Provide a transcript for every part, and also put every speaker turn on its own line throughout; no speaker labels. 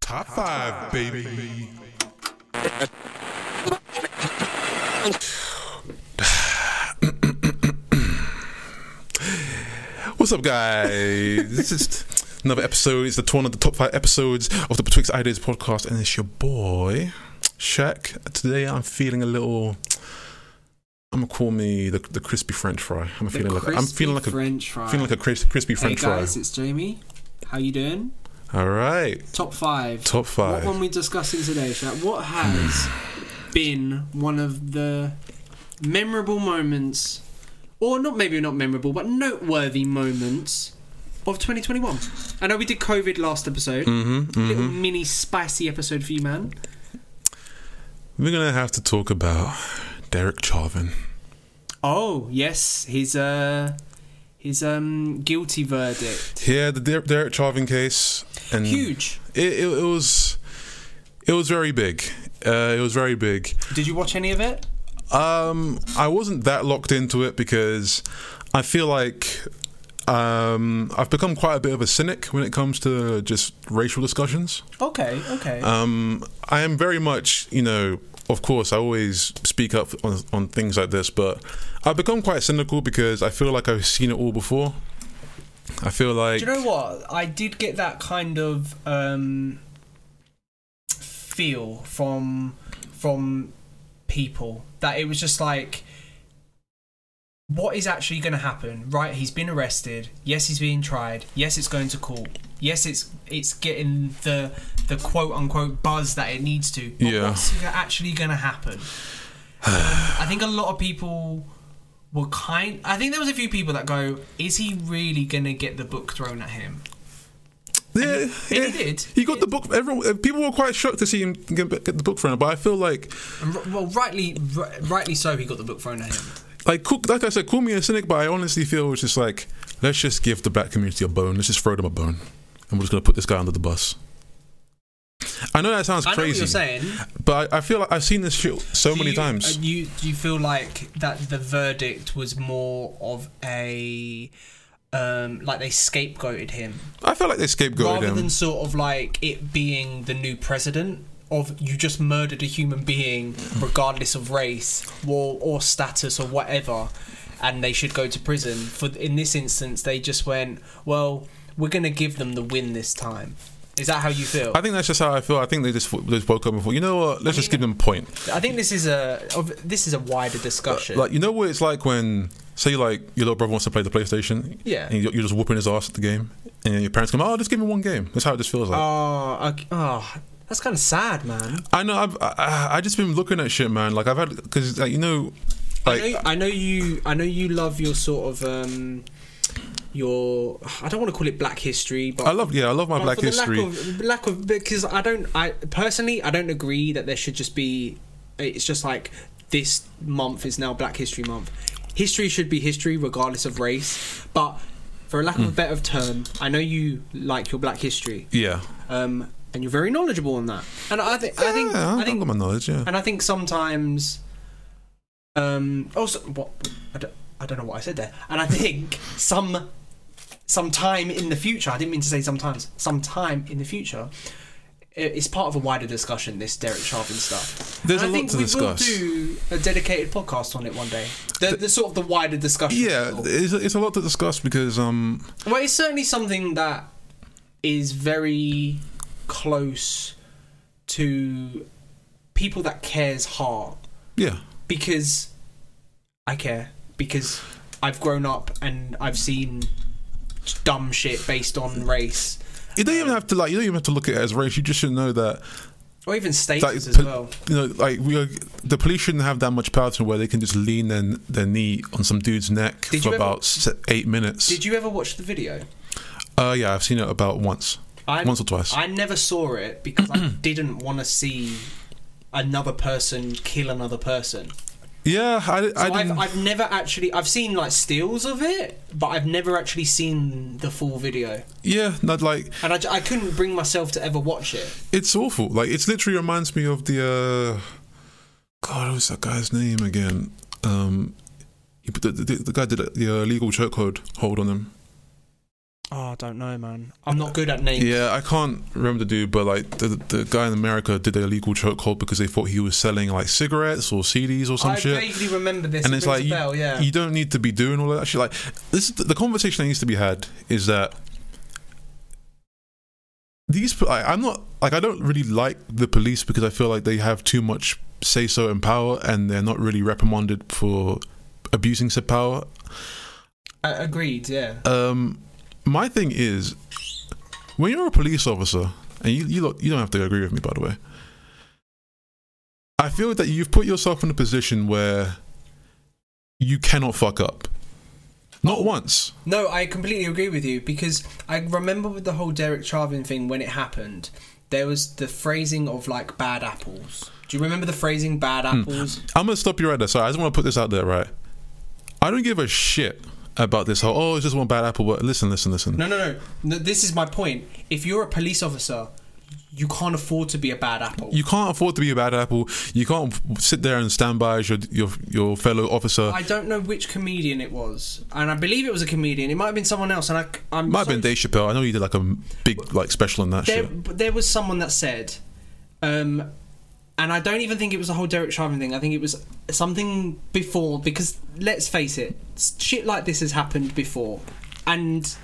Top five, baby. What's up, guys? this is another episode. It's the one of the top five episodes of the Betwixt Ideas podcast, and it's your boy, Shaq. Today, I'm feeling a little. I'm gonna call me the, the crispy French fry. I'm
The
feeling like I'm
crispy
feeling like a
French fry.
feeling like a crisp, crispy French
hey guys, it's Jamie. How you doing?
fry. All right,
Top five.
top
What
five.
one we discussing today, Shaq? What has been one of the memorable moments, or not maybe not memorable, but noteworthy moments of 2021? I know we did COVID last episode.
Mm-hmm,
Little mini spicy episode for you, man.
We're gonna have to talk about Derek Chauvin.
Oh yes, his uh, his um guilty verdict.
Yeah, the Der- Derek Chauvin case, and
Huge.
It, it, it was, it was very big. Uh, it was very big.
Did you watch any of it?
Um, I wasn't that locked into it because I feel like um, I've become quite a bit of a cynic when it comes to just racial discussions.
Okay, okay.
Um, I am very much, you know, of course, I always speak up on, on things like this, but I've become quite cynical because I feel like I've seen it all before. I feel like
Do you know what? I did get that kind of um, feel from from people that it was just like, what is actually going to happen? Right? He's been arrested. Yes, he's being tried. Yes, it's going to court. Yes, it's it's getting the the quote unquote buzz that it needs to. But
Yeah.
What's actually going to happen? I think a lot of people were kind. I think there was a few people that go, "Is he really gonna get the book thrown at him?"
yeah,
And
yeah.
he did.
He got the book. Everyone, people were quite shocked to see him get, get the book for him, but I feel like,
And r- well, rightly, r- rightly so, he got the book thrown at him.
like, cool, like I said, call me a cynic, but I honestly feel it's just like, let's just give the black community a bone. Let's just throw them a bone, and we're just gonna put this guy under the bus. I know that sounds
I know what
crazy,
you're saying.
but I, I feel like I've seen this shit so
Do
many
you-
times.
uh, you do you feel like that the verdict was more of a um, like they scapegoated him
I feel like they scapegoated
rather
him.
than sort of like it being the new president of you just murdered a human being regardless of race or or status or whatever and they should go to prison for in this instance they just went well we're going to give them the win this time is that how you feel
I think that's just how I feel. I think they just, they just woke up and thought, you know what? Let's just give them a point.
i think this is a of- this is a wider discussion
Like you know what it's like when, say, like your little brother wants to play the PlayStation.
Yeah.
And you're, you're just whooping his ass at the game, and your parents come, "Oh, just give me one game." That's how it just feels like.
oh, okay- oh that's kind of sad man
I know. I've I- I, I just been looking at shit, man. Like I've had because like, you know, like
I know, I know you. I know you love your sort of um, your. I don't want to call it Black History, but
I love yeah, I love my
but
Black
for the
history.
Lack of, lack of because I don't. I personally, I don't agree that there should just be. It's just like this month is now Black History Month. History should be history, regardless of race. But for a lack
Hmm.
of a better term, I know you like your Black History,
yeah.
um, and you're very knowledgeable on that. And I, think I think
yeah,
I think
got my knowledge. Yeah.
and I think sometimes, um, also what I don't, I don't know what I said there. And I think some, some time in the future. I didn't mean to say sometimes. Some time in the future, i- it's part of a wider discussion. This Derek Chauvin stuff.
There's
and
a
I
lot
think
to
we
discuss.
will do a dedicated podcast on it one day. The, the sort of the wider discussion.
Yeah, it's, it's a lot to discuss because um
Well, it's certainly something that is very close to people that cares heart
yeah
because I care because I've grown up and I've seen dumb shit based on race
you don't even have to like you don't even have to look at it as race you just should know that
or even status
like
as
po-
well.
you know like we are, the police shouldn't have that much power to where they can just lean their, their knee on some dude's neck
Did
for
you ever-
about se- eight minutes
Did you ever watch the video?
uh yeah I've seen it about once
I,
once or twice
I never saw it because I didn't want to see another person kill another person.
yeah I, I
So I've,
didn't
I've never actually I've seen like steals of it, but I've never actually seen the full video,
yeah not like
and I, j- I couldn't bring myself to ever watch it.
It's awful. Like it's literally reminds me of the uh God, what was that guy's name again? Um he put the, the, the guy did the uh, legal chokehold hold on him.
Oh, I don't know, man. I'm not good at names.
Yeah, I can't remember the dude, but like the the guy in America did a legal chokehold because they thought he was selling like cigarettes or CDs or some
I
shit.
vaguely remember this.
and it's like
a
you,
bell, yeah.
you don't need to be doing all that shit. Like this, is the the conversation that needs to be had is that these. I, I'm not like I don't really like the police because I feel like they have too much say so and power, and they're not really reprimanded for abusing said power.
A- agreed. Yeah.
Um, my thing is, when you're a police officer, and you you, lot, you don't have to agree with me, by the way. I feel that you've put yourself in a position where you cannot fuck up. Not once.
No, I completely agree with you because I remember with the whole Derek Chauvin thing when it happened, there was the phrasing of like bad apples. Do you remember the phrasing bad
Hmm.
apples?
I'm gonna stop you right there. Sorry, I just want to put this out there, right? I don't give a shit about this whole. Oh, it's just one bad apple. But listen, listen, listen.
No, no, no, no. This is my point. If you're a police officer, you can't afford to be a bad apple.
You can't afford to be a bad apple. You can't sit there and stand by as your your, your fellow officer.
I don't know which comedian it was, and I believe it was a comedian. It might have been someone else, and I, I'm
Might have
sorry-
been Dave Chappelle. I know you did like a big like special on that
there,
shit.
but there was someone that said, um, and I don't even think it was the whole Derek Chauvin thing. I think it was something before because let's face it, shit like this has happened before, and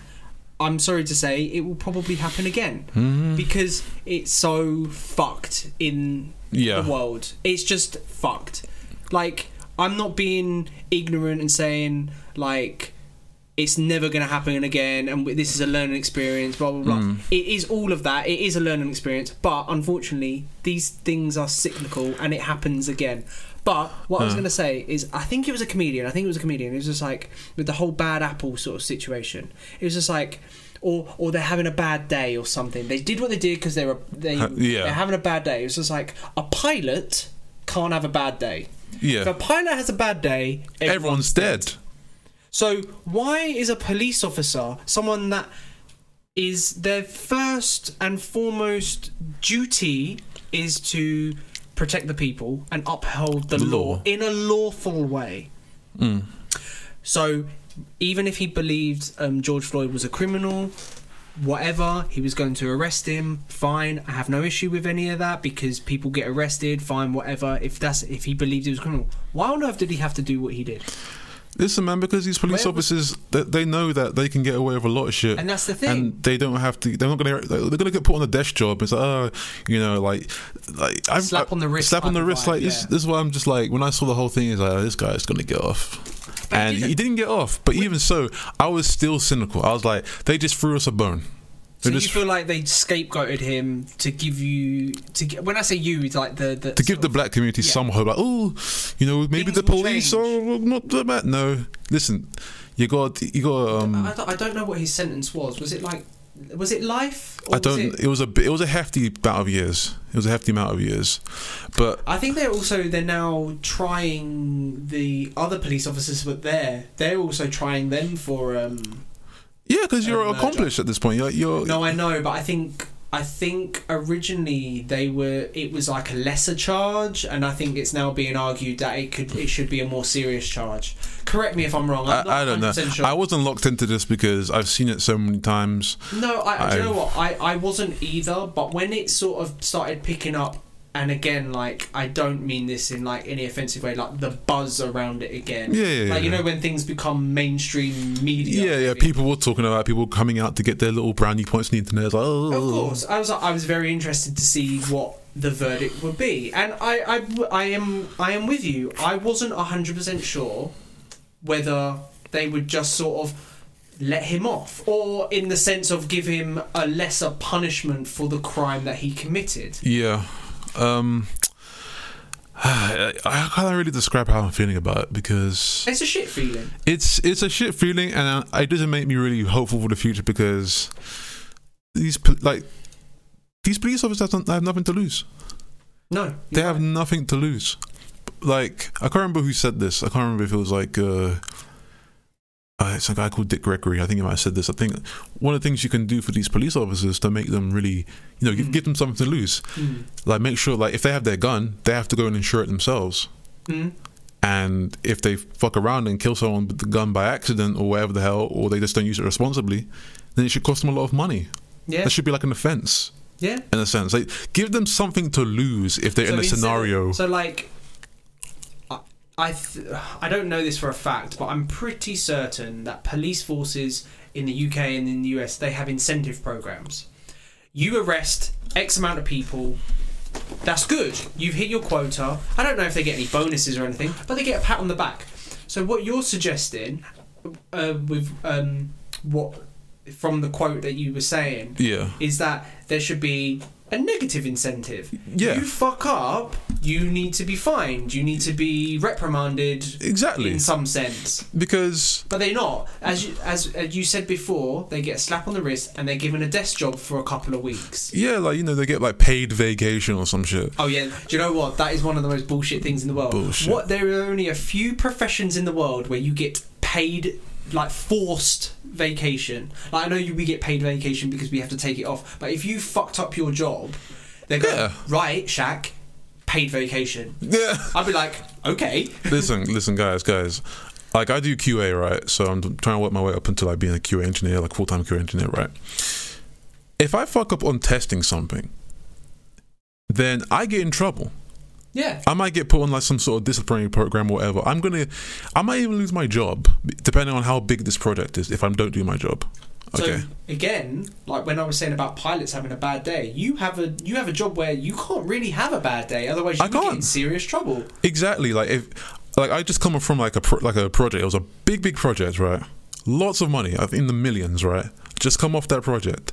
I'm sorry to say it will probably happen again because it's so fucked in
Yeah.
the world. It's just fucked. Like I'm not being ignorant and saying like it's never going to happen again and w- this is a learning experience blah blah blah it is all of that it is a learning experience but unfortunately these things are cyclical and it happens again but what i was going to say is i think it was a comedian i think it was a comedian it was just like with the whole bad apple sort of situation it was just like or, or they're having a bad day or something they did what they did because they were they,
Ha- yeah.
they're having a bad day it was just like a pilot can't have a bad day
Yeah.
if a pilot has a bad day
Everyone's dead.
so why is a police officer someone that is their first and foremost duty is to protect the people and uphold the,
The
law.
law.
in a lawful way? So even if he believed um, George Floyd was a criminal, whatever, he was going to arrest him, fine. I have no issue with any of that because people get arrested, fine, whatever. If that's if he believed he was a criminal, why on earth did he have to do what he did?
Listen, man, because these police
Where was-
officers, they, they know that they can get away with a lot of shit,
And that's the thing.
And they don't have to. They're not gonna. They're gonna get put on a desk job. It's like, oh, you know, like, like I've,
Slap on the wrist
slap on the
type of
wrist.
vibe,
Like this,
yeah.
this is why I'm just like when I saw the whole thing, is like oh, this guy's gonna get off,
But he
and he
didn't.
didn't get off. But even so, I was still cynical. I was like, they just threw us a bone.
So
They
you
just-
feel like they scapegoated him to give you to gi- when I say you, it's like the, the
to give the black community
Yeah.
some hope. Like, oh, you know, maybe
Things
the
will
police
change.
are not that bad. No, listen, you got you got. Um,
I don't, I don't know what his sentence was. Was it like was it life? Or
I
was
don't.
it-
It was a it was a hefty amount of years. It was a hefty amount of years, but
I think they're also they're now trying the other police officers that were there. They're also trying them for. um
yeah, because you're
Um, no,
accomplished at this point. You're, you're
No, I know, but I think I think originally they were it was like a lesser charge, and I think it's now being argued that it could it should be a more serious charge. Correct me if I'm wrong. I'm not
I, I don't know.
100% sure.
I wasn't locked into this because I've seen it so many times.
No, I, do you know
I've-
what? I, I wasn't either, but when it sort of started picking up, and again, like, I don't mean this in, like, any offensive way, like, the buzz around it again.
Yeah, yeah,
Like, you
yeah.
know when things become mainstream media?
Yeah, yeah.
maybe?
People were talking about people coming out to get their little brownie points on the internet. It's like, oh,
Of course. I was, I was very interested to see what the verdict would be. And I, I, I am, I am with you. I wasn't 100% sure whether they would just sort of let him off or in the sense of give him a lesser punishment for the crime that he committed.
Yeah. Um, I, I can't really describe how I'm feeling about it because
It's a shit feeling.
it's it's a shit feeling, and uh, it doesn't make me really hopeful for the future because these pol- like these police officers have, have nothing to lose.
No.
They have nothing to lose. Like I can't remember who said this. I can't remember if it was like uh, uh, it's a guy called Dick Gregory. I think he might have said this. I think one of the things you can do for these police officers to make them really, you know, give, give them something to lose.
Mm.
Like make sure, like if they have their gun, they have to go and insure it themselves
Mm.
and if they fuck around and kill someone with the gun by accident or whatever the hell, or they just don't use it responsibly, then it should cost them a lot of money.
Yeah.
That should be like an offense
Yeah.
in a sense. Like give them something to lose if they're in a
instead-
scenario.
So like, I I, th- I don't know this for a fact, but I'm pretty certain that police forces in the UK and in the US they have incentive programs. You arrest X amount of people. That's good. You've hit your quota. I don't know if they get any bonuses or anything, but they get a pat on the back. So what you're suggesting, uh, with um, what from the quote that you were saying,
yeah.
is that there should be a negative incentive.
Yeah.
You fuck up, you need to be fined, you need to be reprimanded
Exactly.
in some sense.
Because
But they're not. As you, as, as you said before, they get a slap on the wrist and they're given a desk job for a couple of weeks.
yeah, like you know, they get like paid vacation or some shit.
Oh yeah, do you know what? That is one of the most bullshit things in the world.
Bullshit.
What there are only a few professions in the world where you get paid like forced vacation. Like I know you we get paid vacation because we have to take it off, but if you fucked up your job, they go
Yeah.
right, Shaq, paid vacation.
Yeah.
I'd be like, okay,
listen, listen, guys, guys. Like I do QA, right? So I'm trying to work my way up until like being a QA engineer, like full time QA engineer, right? If I fuck up on testing something, then I get in trouble.
yeah,
I might get put on like some sort of disciplinary program or whatever. I'm gonna, I might even lose my job depending on how big this project is. If I don't do my job,
So
okay,
again, like when I was saying about pilots having a bad day, you have a you have a job where you can't really have a bad day, otherwise you
I
would get
can't.
in serious trouble.
exactly. Like if, like I just come from like a pro, like a project. It was a big, big project, right? Lots of money, I think in the millions, right? Just come off that project.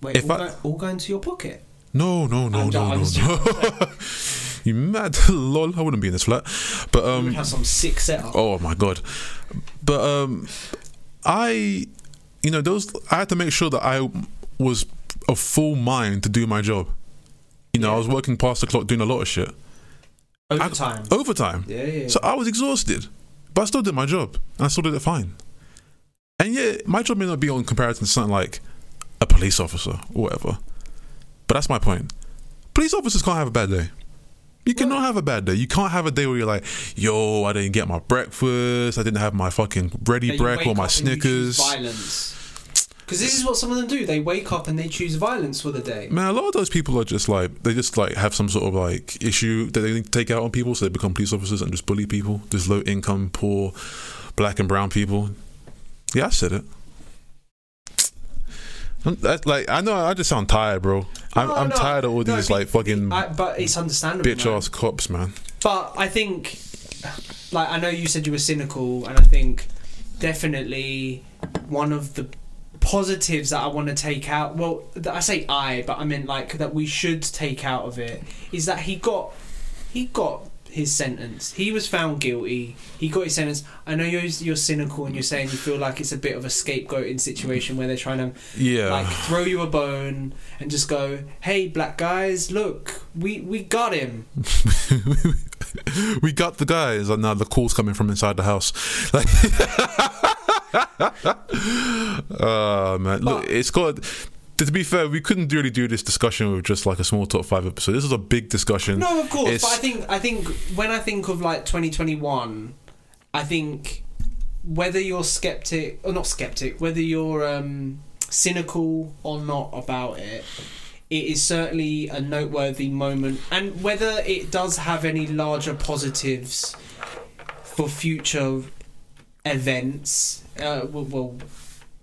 Wait,
If
all,
I-
go, all go into your pocket.
No, no, no,
I'm jo-
no,
I
no,
was
no. you mad? Lol, I wouldn't be in this flat. But
You
um,
would have some sick setup.
oh my god. But um, I, you know, those I had to make sure that I was a full mind to do my job. You know, I was working past the clock doing a lot of shit
Overtime.
oh. overtime.
Yeah, yeah.
So I was exhausted, but I still did my job and I still did it fine. And yeah, my job may not be on comparison to something like a police officer or whatever, but that's my point. Police officers can't have a bad day. You cannot have a bad day. You can't have a day where you're like, yo, I didn't get my breakfast. I didn't have my fucking bready
That you
break or
wake
my
up and you
Snickers.
choose Violence. Because this is what some of them do. They wake up and they choose violence for the day.
Man, a lot of those people are just like they just like have some sort of like issue that they need to take out on people, so they become police officers and just bully people. Just low income, poor, black and brown people. Yeah, I said it. I'm- That's like I know I just sound tired, bro. I'm,
No,
I'm
no,
tired of all
no,
these
but-
like fucking
I, but it's understandable.
Mm. bitch
man.
ass cops, man.
But I think, like, I know you said you were cynical, and I think definitely one of the positives that I want to take out. Well, th- I say I, but I mean like that we should take out of it is that he got he got his sentence. He was found guilty. He got his sentence. I know you're you're cynical and you're saying you feel like it's a bit of a scapegoating situation where they're trying to
Yeah,
like throw you a bone and just go, "Hey, black guys, look, we we got him."
we got the guys, and now the calls coming from inside the house. Like, oh man, look,
But-
it's got. To be fair, we couldn't really do this discussion with just like a small top five episode. This is a big discussion.
No, of course.
It's-
But I think I think when I think of like 2021, I think whether you're skeptic or not skeptic, whether you're um, cynical or not about it, it is certainly a noteworthy moment, and whether it does have any larger positives for future events. Uh, well, well,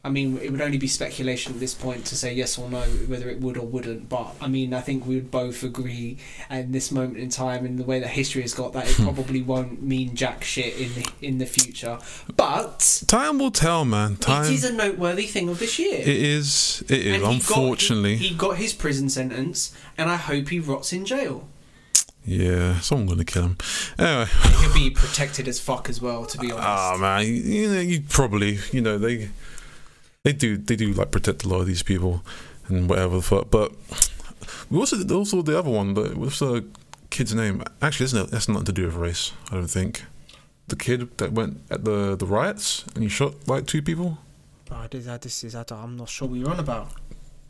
I mean, it would only be speculation at this point to say yes or no whether it would or wouldn't. But I mean, I think we would both agree at this moment in time, in the way that history has got, that it probably won't mean jack shit in the, in the future. But
Time will tell, man. Time.
it is a noteworthy thing of this year.
it is. It is.
And he got-
Unfortunately,
he, he got his prison sentence, and I hope he rots in jail.
yeah. Someone gonna kill him. Anyway.
And he'll be protected as fuck as well, to be honest.
Ah man, you, you know you probably you know they they do they do like protect a lot of these people and whatever the fuck. But we also did also the other one. The, what's the kid's name? Actually, isn't it? That's nothing to do with race. I don't think. The kid that went at the the riots and he shot like two people.
Ah, Oh, this, this is, I don't- I'm not sure what you're on about.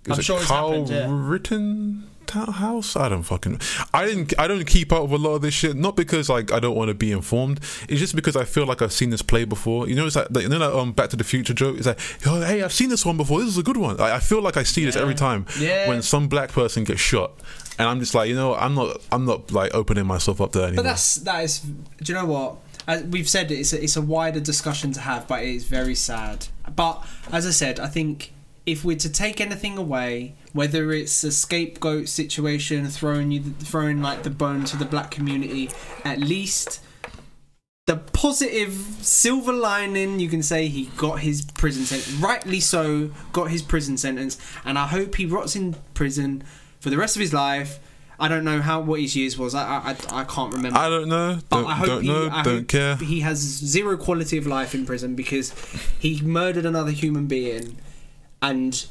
Is
I'm
it
sure it's
Kyle
happened, yeah.
Rittenhouse? Black House. I don't fucking. I didn't. I don't keep up with a lot of this shit. Not because like I don't want to be informed. It's just because I feel like I've seen this play before. You know, it's like you know that um, Back to the Future joke. It's like, oh, hey, I've seen this one before. This is a good one. I, I feel like I see this every time
Yeah.
when some black person gets shot, and I'm just like, you know, I'm not. I'm not like opening myself up to that anymore.
But that's that is. Do you know what? As we've said it's a, it's a wider discussion to have, but it is very sad. But as I said, I think if we're to take anything away, whether it's a scapegoat situation, throwing you throwing like the bone to the black community, at least the positive silver lining you can say he got his prison sentence rightly so got his prison sentence and i hope he rots in prison for the rest of his life i don't know how what his years was i i, I I can't remember
I don't know.
but
Don't,
Oh, I hope
don't
he,
know.
I
don't
hope
care.
He has zero quality of life in prison because he murdered another human being, and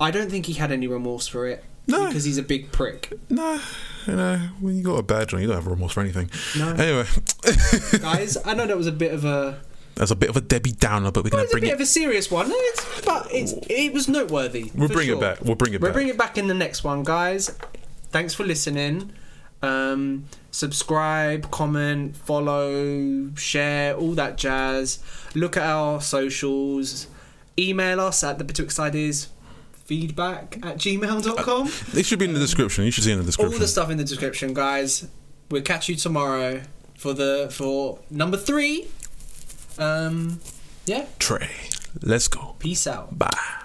I don't think he had any remorse for it.
No.
because he's a big prick.
Nah, you know, when you got a badge on, you don't have remorse for anything.
No,
Anyway,
guys, I know that was a bit of a,
that's a bit of a Debbie Downer, but we're
it
gonna
was a
bring
bit
it.
of a serious one, it's, but it's, it was noteworthy.
We'll
for
bring
sure.
it back. We'll bring it
We'll
back.
bring it back in the next one, guys. Thanks for listening. Um, subscribe, comment, follow, share, all that jazz. Look at our socials. Email us at the betwixt ideas feedback at gmail.com.
It should be in the description. You should see it in the
all
description.
the stuff in the description, guys. We'll catch you tomorrow for the for number three. Um, yeah,
Trey, let's go.
peace out.
Bye.